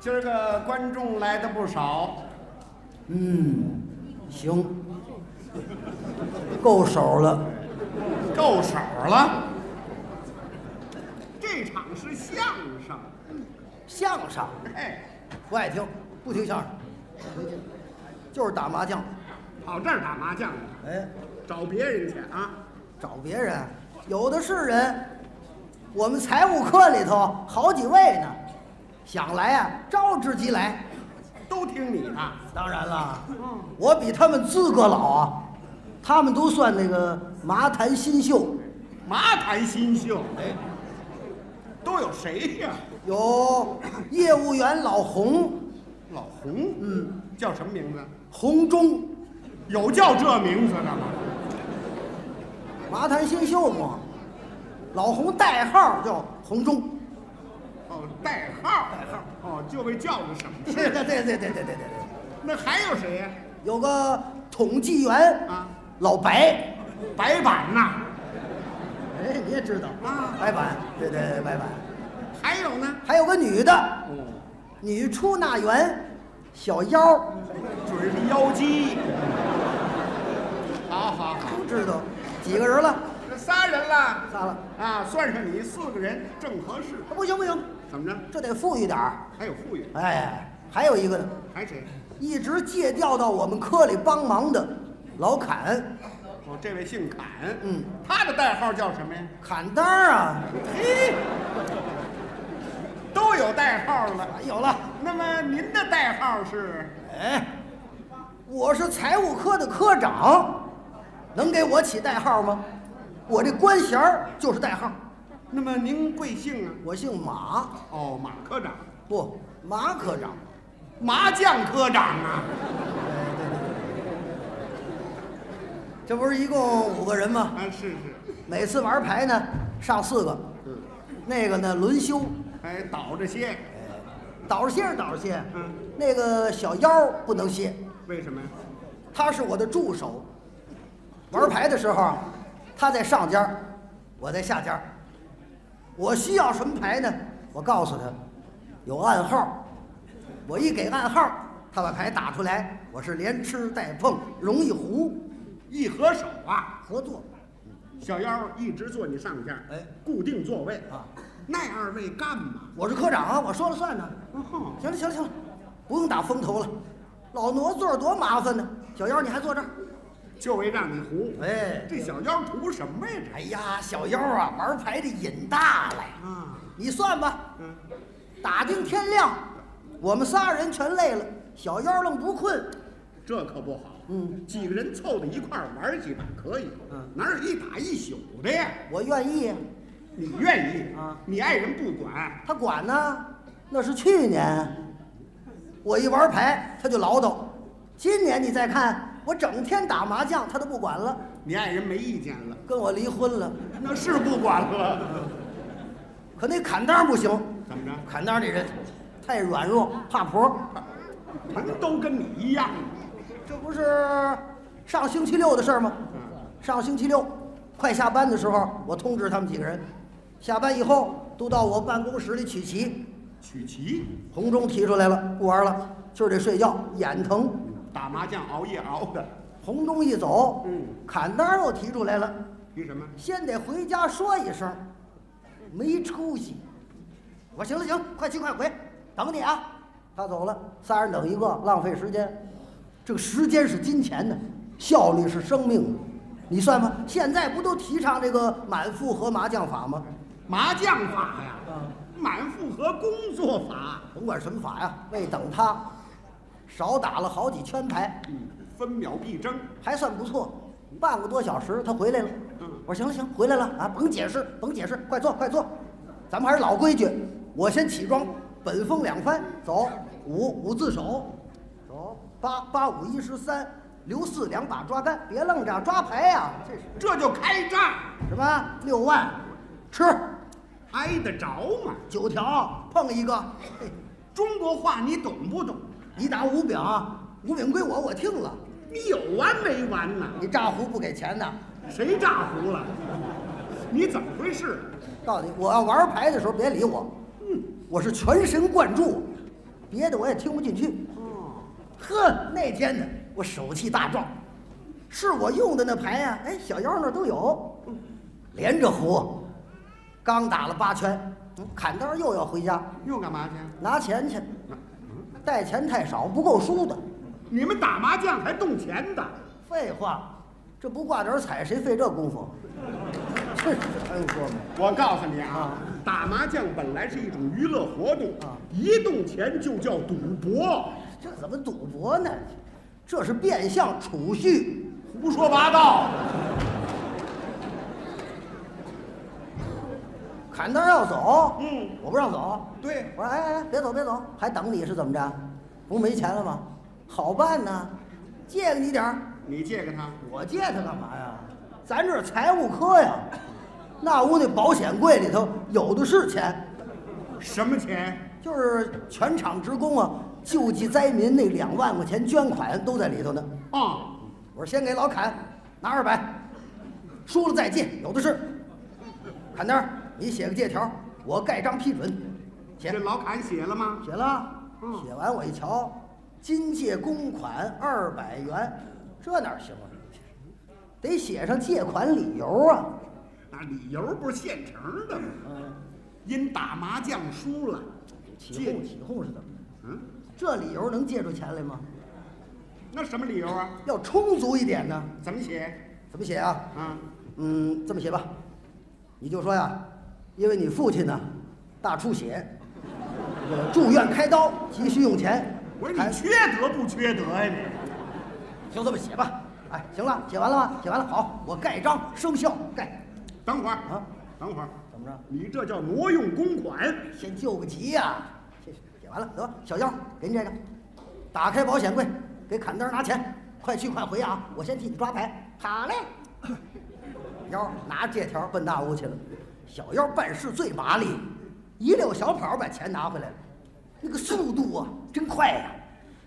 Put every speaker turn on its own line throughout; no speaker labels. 今儿个观众来的不少，
嗯，行，够手了。
够手了。这场是相声，
相声
哎，
不爱听，不听相声，回去就是打麻将。
跑这儿打麻将去，
哎，
找别人去啊。
找别人，有的是人。我们财务课里头好几位呢，想来啊，招之即来。
都听你的。
当然了，我比他们资格老啊，他们都算那个麻坛新秀。
麻坛新秀，哎，都有谁呀？
有业务员老洪，
老洪，嗯，叫什么名字？
洪忠，
有叫这名字的吗？
麻坛新秀嘛。老洪代号叫洪忠，
哦，代号，代号，哦，就为叫个什么事
对
儿？
对对对对对对，
那还有谁呀？
有个统计员
啊，
老白，
白板呐，
哎，你也知道
啊
白板，对对对，白板，
还有呢？
还有个女的，
哦，
女出纳员，小妖，
准是妖姬。好好好，
都知道几个人了？
这仨人了，
仨了，
啊，算上你四个人正合适。
不行不行，
怎么着？
这得富裕点儿。
还有富裕，
哎，还有一个呢，
还谁？
一直借调到我们科里帮忙的老侃，
哦，这位姓侃，
嗯，
他的代号叫什么呀？
侃单儿啊，
嘿，都有代号了。
有了。
那么您的代号是？
哎，我是财务科的科长，能给我起代号吗？我这官衔儿就是代号，
那么您贵姓啊？
我姓马，
哦，马科长，
不，马科长。
麻将科长啊。
这不是一共五个人吗？
啊，是是，
每次玩牌呢，上四个，
嗯，
那个呢轮休，
哎，倒着些，
倒着歇是倒着歇，
嗯
那个小妖不能歇，
为什么呀？
他是我的助手。玩牌的时候，他在上家儿，我在下家儿。我需要什么牌呢？我告诉他，有暗号。我一给暗号，他把牌打出来，我是连吃带碰，容易胡，
一合手啊，
合作。
小妖一直坐你上家，
哎
固定座位
啊。
那二位干嘛？
我是科长啊，我说了算呢。
哦，
行了行了行了，不用打风头了，老挪座儿多麻烦呢。小妖，你还坐这儿？
就为让你胡。
哎
这小妖图什么呀？
哎呀，小妖啊，玩牌的瘾大了呀。
这啊，
你算吧，
嗯，
打定天亮，我们仨人全累了，小妖愣不困。
这可不好。
嗯，
几个人凑到一块儿玩几把可以，
嗯
哪有一打一宿的呀？
我愿意，
你愿意
啊
你爱人不管，
他管呢。那是去年，我一玩牌他就唠叨。今年你再看，我整天打麻将，他都不管了，
你爱人没意见了，
跟我离婚了。
那是不管了。
嗯可那砍当不行，
怎么着？
砍当这人太软弱，怕婆。
人都跟你一样。
这不是上星期六的事儿吗？
嗯，
上星期六快下班的时候，我通知他们几个人，下班以后都到我办公室里取棋。
曲奇，
红中提出来了，不玩了，今儿得睡觉，眼疼。
打麻将熬夜熬的，
红中一走，
嗯
砍单儿又提出来了，
提什么？
先得回家说一声，没出息。我说行了行了，快去快回，等你啊。他走了，仨人等一个，浪费时间。这个时间是金钱呢，效率是生命。你算吧，现在不都提倡这个满负荷麻将法吗？
麻将法呀，
嗯
满负荷工作法，
甭管什么法呀，为等他，少打了好几圈牌，
嗯，分秒必争。
还算不错。半个多小时，他回来了。
嗯
我说行了行，回来了啊，甭解释，甭解释，快坐快坐。咱们还是老规矩，我先起庄，本风两番，走五五自首，走八八五一十三，留四两把抓杆，别愣着抓牌呀、这是
这就开战，
什么六万，吃
挨得着吗？
九条碰一个，嘿
中国话你懂不懂？
你打五饼，五饼归我，我听了。
你有完没完呢？
你炸胡不给钱呐？
谁炸胡了？你怎么回事？
到底我要玩牌的时候别理我，我是全神贯注，别的我也听不进去。呵，那天呢，我手气大壮，是我用的那牌呀、哎，小妖那儿都有，连着胡，刚打了八圈，砍刀又要回家
又干嘛去？
拿钱去，带钱太少，不够输的。
你们打麻将还动钱的？
废话，这不挂点儿彩，谁费这功夫？ 这是哎呦哥们儿。
我告诉你啊
啊，
打麻将本来是一种娱乐活动
啊，
一动钱就叫赌博，
这怎么赌博呢？这是变相储蓄。
胡说八道。
砍刀要走，
嗯
我不让走。
对
我说哎哎哎，别走别走，还等你是怎么着？不没钱了吗？好办呐，借给你点儿。
你借给他，
我借他干嘛呀？咱这是财务科呀，那屋那保险柜里头有的是钱，
什么钱？
就是全厂职工啊救济灾民那两万块钱捐款都在里头呢。
啊，
我说先给老砍，拿二百，输了再借，有的是。砍单儿，你写个借条，我盖章批准。写
这老坎写了吗？
写了，
嗯
写完我一瞧，今借公款二百元，这哪行啊？得写上借款理由啊。
那理由不是现成的吗？因打麻将输了，
嗯起
借
哄起哄是怎么的？
嗯，
这理由能借出钱来吗？
那什么理由啊？
要充足一点呢。
怎么写？
怎么写啊？
啊，
嗯，这么写吧，你就说呀，因为你父亲呢大出血，这个住院开刀，急需用钱，
我说
还
你缺德不缺德呀、你？
就这么写吧。哎，行了，写完了吗？写完了，好，我盖章生效，盖。
等会儿
啊，
等会儿，
怎么着？
你这叫挪用公款。
先救个急呀、这写完了，得小妖给你这个，打开保险柜，给砍灯拿钱，快去快回啊！我先替你抓牌。好嘞。 妖拿着借条奔大屋去了。小妖办事最麻利，一溜小跑把钱拿回来了，那个速度啊，真快呀、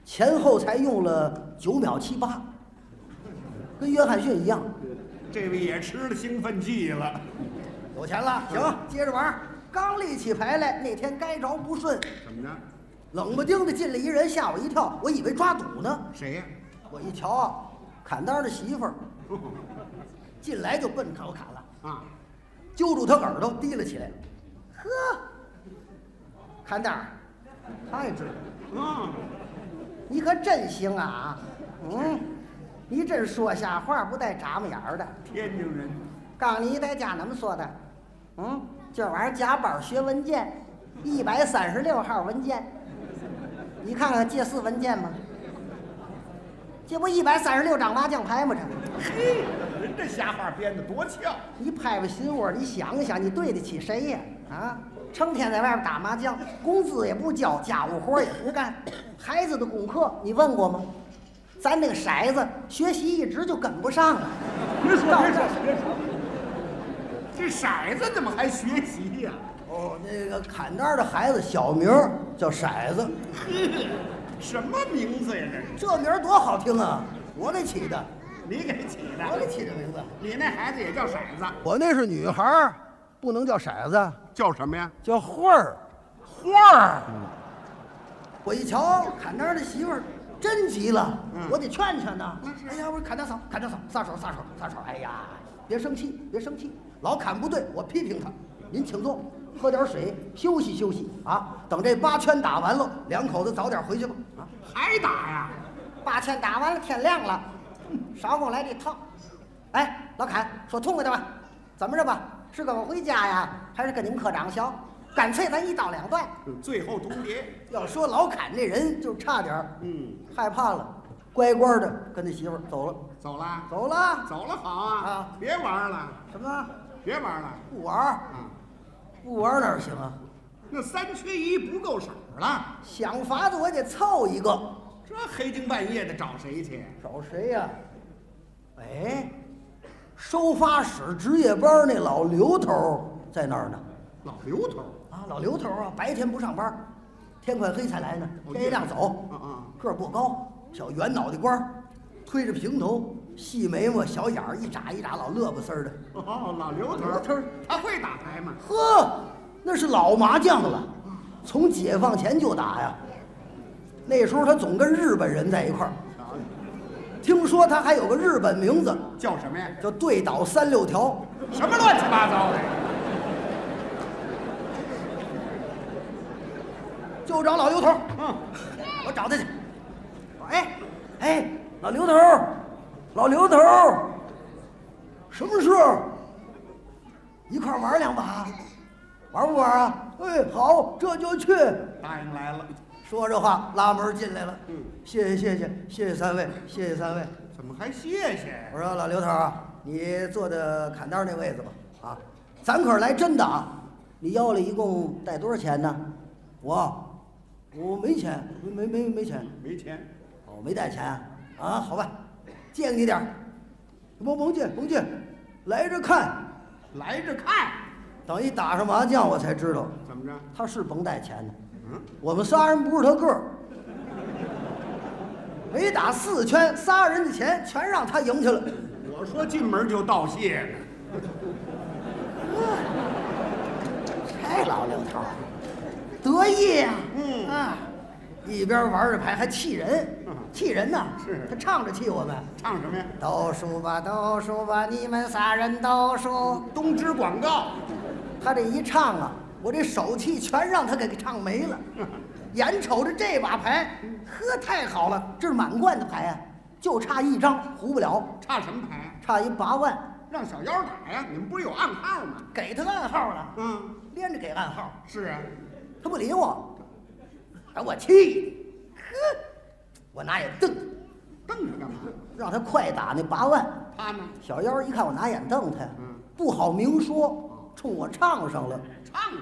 前后才用了九秒七八，跟约翰逊一样。
这位也吃了兴奋剂了，
有钱了，行，接着玩儿。刚立起牌来，那天该着不顺，
怎么着？
冷不丁的进来一人，吓我一跳，我以为抓赌呢。
谁呀、
我一瞧啊，砍刀的媳妇儿进来就奔着我砍了，
啊，
揪住他耳朵提了起来。呵，砍刀儿，太知道了，
啊，
你可真行啊！嗯，你真说瞎话，不带眨巴眼儿的。
天津人，
告诉你，在家怎么说的？嗯，今晚上加班学文件，一百三十六号文件，你看看借四文件吗？这不一百三十六张麻将牌吗？这
嘿，人这瞎话编的多俏。
你拍拍心窝，你想想，你对得起谁呀？啊，成天在外边打麻将，工资也不交，家务活也不干，孩子的功课你问过吗？咱那个骰子学习一直就跟不上啊。
别说，别说，别说。这骰子怎么还学习呀、
哦，那个砍刀的孩子小名儿叫骰子。
什么名字呀？这是
这名儿多好听啊！我给起的，
你给起
我给
的？
起的名字。
你那孩子也叫骰子？
我那是女孩儿，不能叫骰子，
叫什么呀？
叫慧儿。
花儿。
我一瞧，砍刀的媳妇儿真急了，
嗯
我得劝劝呐
那是。
哎呀，我说砍大嫂，砍大嫂，撒手，撒手，撒手！哎呀，别生气，别生气，老砍不对，我批评他。您请坐，喝点水，休息休息啊。等这八圈打完了，两口子早点回去吧。啊，
还打呀？
八圈打完了，天亮了，少跟我来这套。哎，老侃，说痛快的吧，怎么着吧？是跟我回家呀，还是跟你们科长学？干脆咱一刀两断。
嗯最后通牒。
要说老侃这人，就差点儿
嗯，
害怕了，乖乖的跟他媳妇儿走了，
走了，
走了。
走了，好啊！
啊
别玩了，
什么？
别玩了
不玩儿？
啊！
不玩儿哪儿行啊？
那三缺一不够手了，
想法子我也得凑一个。
这黑更半夜的找谁去？
找谁呀、哎，收发室值夜班儿那老刘头儿在那儿呢。
老刘头。
啊，老刘头啊，白天不上班儿，天快黑才来呢，
哦
天一亮走。
嗯嗯
个儿不高，小圆脑袋瓜儿，推着平头，细眉毛，小眼儿一眨一眨，老乐不丝儿的。
哦，老刘头，
老刘头儿
他会打牌吗？
呵，那是老麻将了，从解放前就打呀。那时候他总跟日本人在一块儿，
瞧瞧，
听说他还有个日本名字
叫什么呀？
叫对倒三六条。
什么乱七八糟的？
就找老刘头儿，
嗯，
我找他去。哎，哎，老刘头儿，老刘头儿，什么事儿？一块儿玩两把，玩不玩啊？哎，好，这就去。
答应来了，
说着话，拉门进来了。
嗯
谢谢谢谢谢谢三位，谢谢三位。
怎么还谢谢呀？
我说老刘头儿啊，你坐的砍刀那位子吧，啊，咱可是来真的啊！你腰里一共带多少钱呢？我，我没钱，没没没没钱，
没钱，
哦，没带钱啊？啊，好吧，借给你点儿，甭甭借甭借，来着看。
来着看，
等一打上麻将，我才知道
怎么着？
他是甭带钱的。
嗯，
我们仨人不是他个儿，没打四圈，仨人的钱全让他赢去了。
我说进门就道谢呢，
哎，老刘头儿，得意呀、
嗯
啊，一边玩着牌还气人
嗯，
气人呐、
是
他唱着气我们，
唱什么呀？
都输吧，都输吧，你们仨人都输。
东芝广告，
他这一唱啊，我这手气全让他给唱没 了。眼瞅着这把牌，呵，太好了，这是满贯的牌啊，就差一张胡不了，
唱什么牌？
差一八万，
让小妖打呀！你们不是有暗号吗？
给他暗号了，
嗯，
连着给暗号。
是啊，
他不理我，把我气的，呵，我拿眼瞪他，
瞪着干嘛？
让他快打那八万。
他呢？
小妖一看我拿眼瞪他呀
嗯，
不好明说，冲我唱上了，
唱上，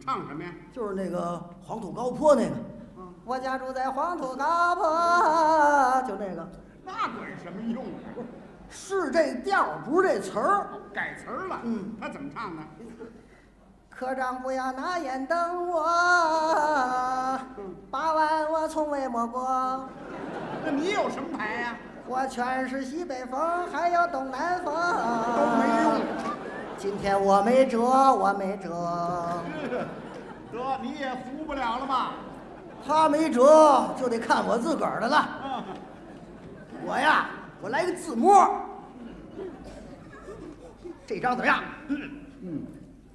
唱什么呀？
就是那个黄土高坡那个
嗯。
我家住在黄土高坡，就那个
那管什么用啊？
是这调儿，不是这词儿。
改词儿了。
嗯，
他怎么唱的？
科长不要拿眼瞪我，
嗯
八万我从未摸过。
那你有什么牌呀、
我全是西北风，还有东南
都
风，都
没用。。
今天我没辙，我没辙，
得，你也服不了了吧？
他没辙就得看我自个儿的了。
啊，
我呀，我来个自摸，这张怎么样？嗯嗯，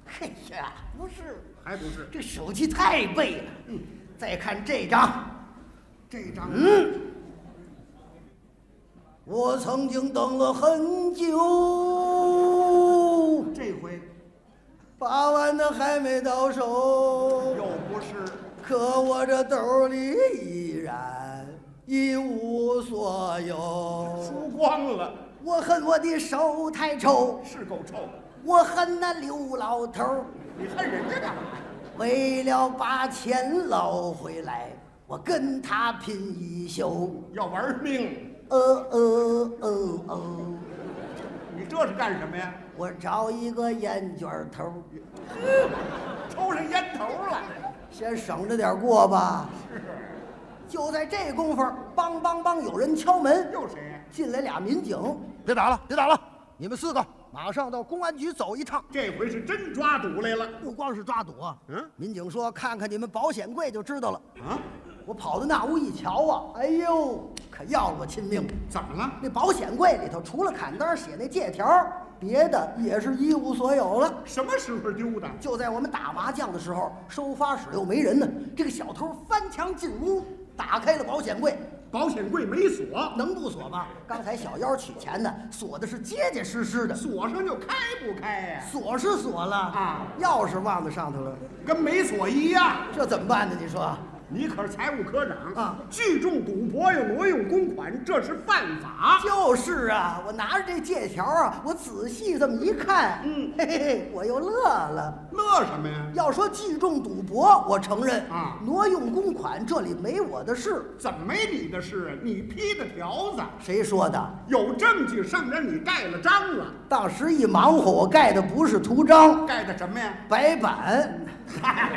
嘿呀，不是，
还不是
这手气太背了。嗯，再看这张，
这张？
我曾经等了很久，
这回
八万的还没到手。
又不是，
可我这兜里依然一无所有。
输光了，
我恨我的手太臭，
是够臭。
我恨那刘老头儿。
你恨人家干嘛呀？
为了把钱捞回来，我跟他拼一宿。
要玩命！
呃呃呃呃，
你这是干什么呀？
我找一个烟卷头儿，
抽上烟头了。
先省着点儿过吧。
是，
就在这功夫儿，梆梆梆，有人敲门。
又谁呀？
进来俩民警，别打了，别打了，你们四个马上到公安局走一趟。
这回是真抓赌来了。
不光是抓赌啊，
嗯
民警说看看你们保险柜就知道了。
啊？
我跑到那屋一瞧啊，哎呦，可要了我亲命！
怎么了？
那保险柜里头除了砍单写那借条，别的也是一无所有了。
什么时候丢的？
就在我们打麻将的时候，收发室又没人呢，这个小偷翻墙进屋，打开了保险柜，
保险柜没锁，
能不锁吗？刚才小妖取钱呢，锁的是结结实实的。
锁上就开不开呀、
锁是锁了
啊，
钥匙忘在上头了，
跟没锁一样。
这怎么办呢？你
啊
说，
你可是财务科长
啊
聚众赌博又挪用公款，这是犯法。
就是啊，我拿着这借条啊，我仔细这么一看，
嗯
嘿嘿嘿，我又乐了。
乐什么呀？
要说聚众赌博，我承认
啊
挪用公款这里没我的事。
怎么没你的事啊？你批的条子
谁说的？
有证据，上面你盖了章了，
当时一忙活，我盖的不是图章，
盖的什么呀？
白板。
嗨，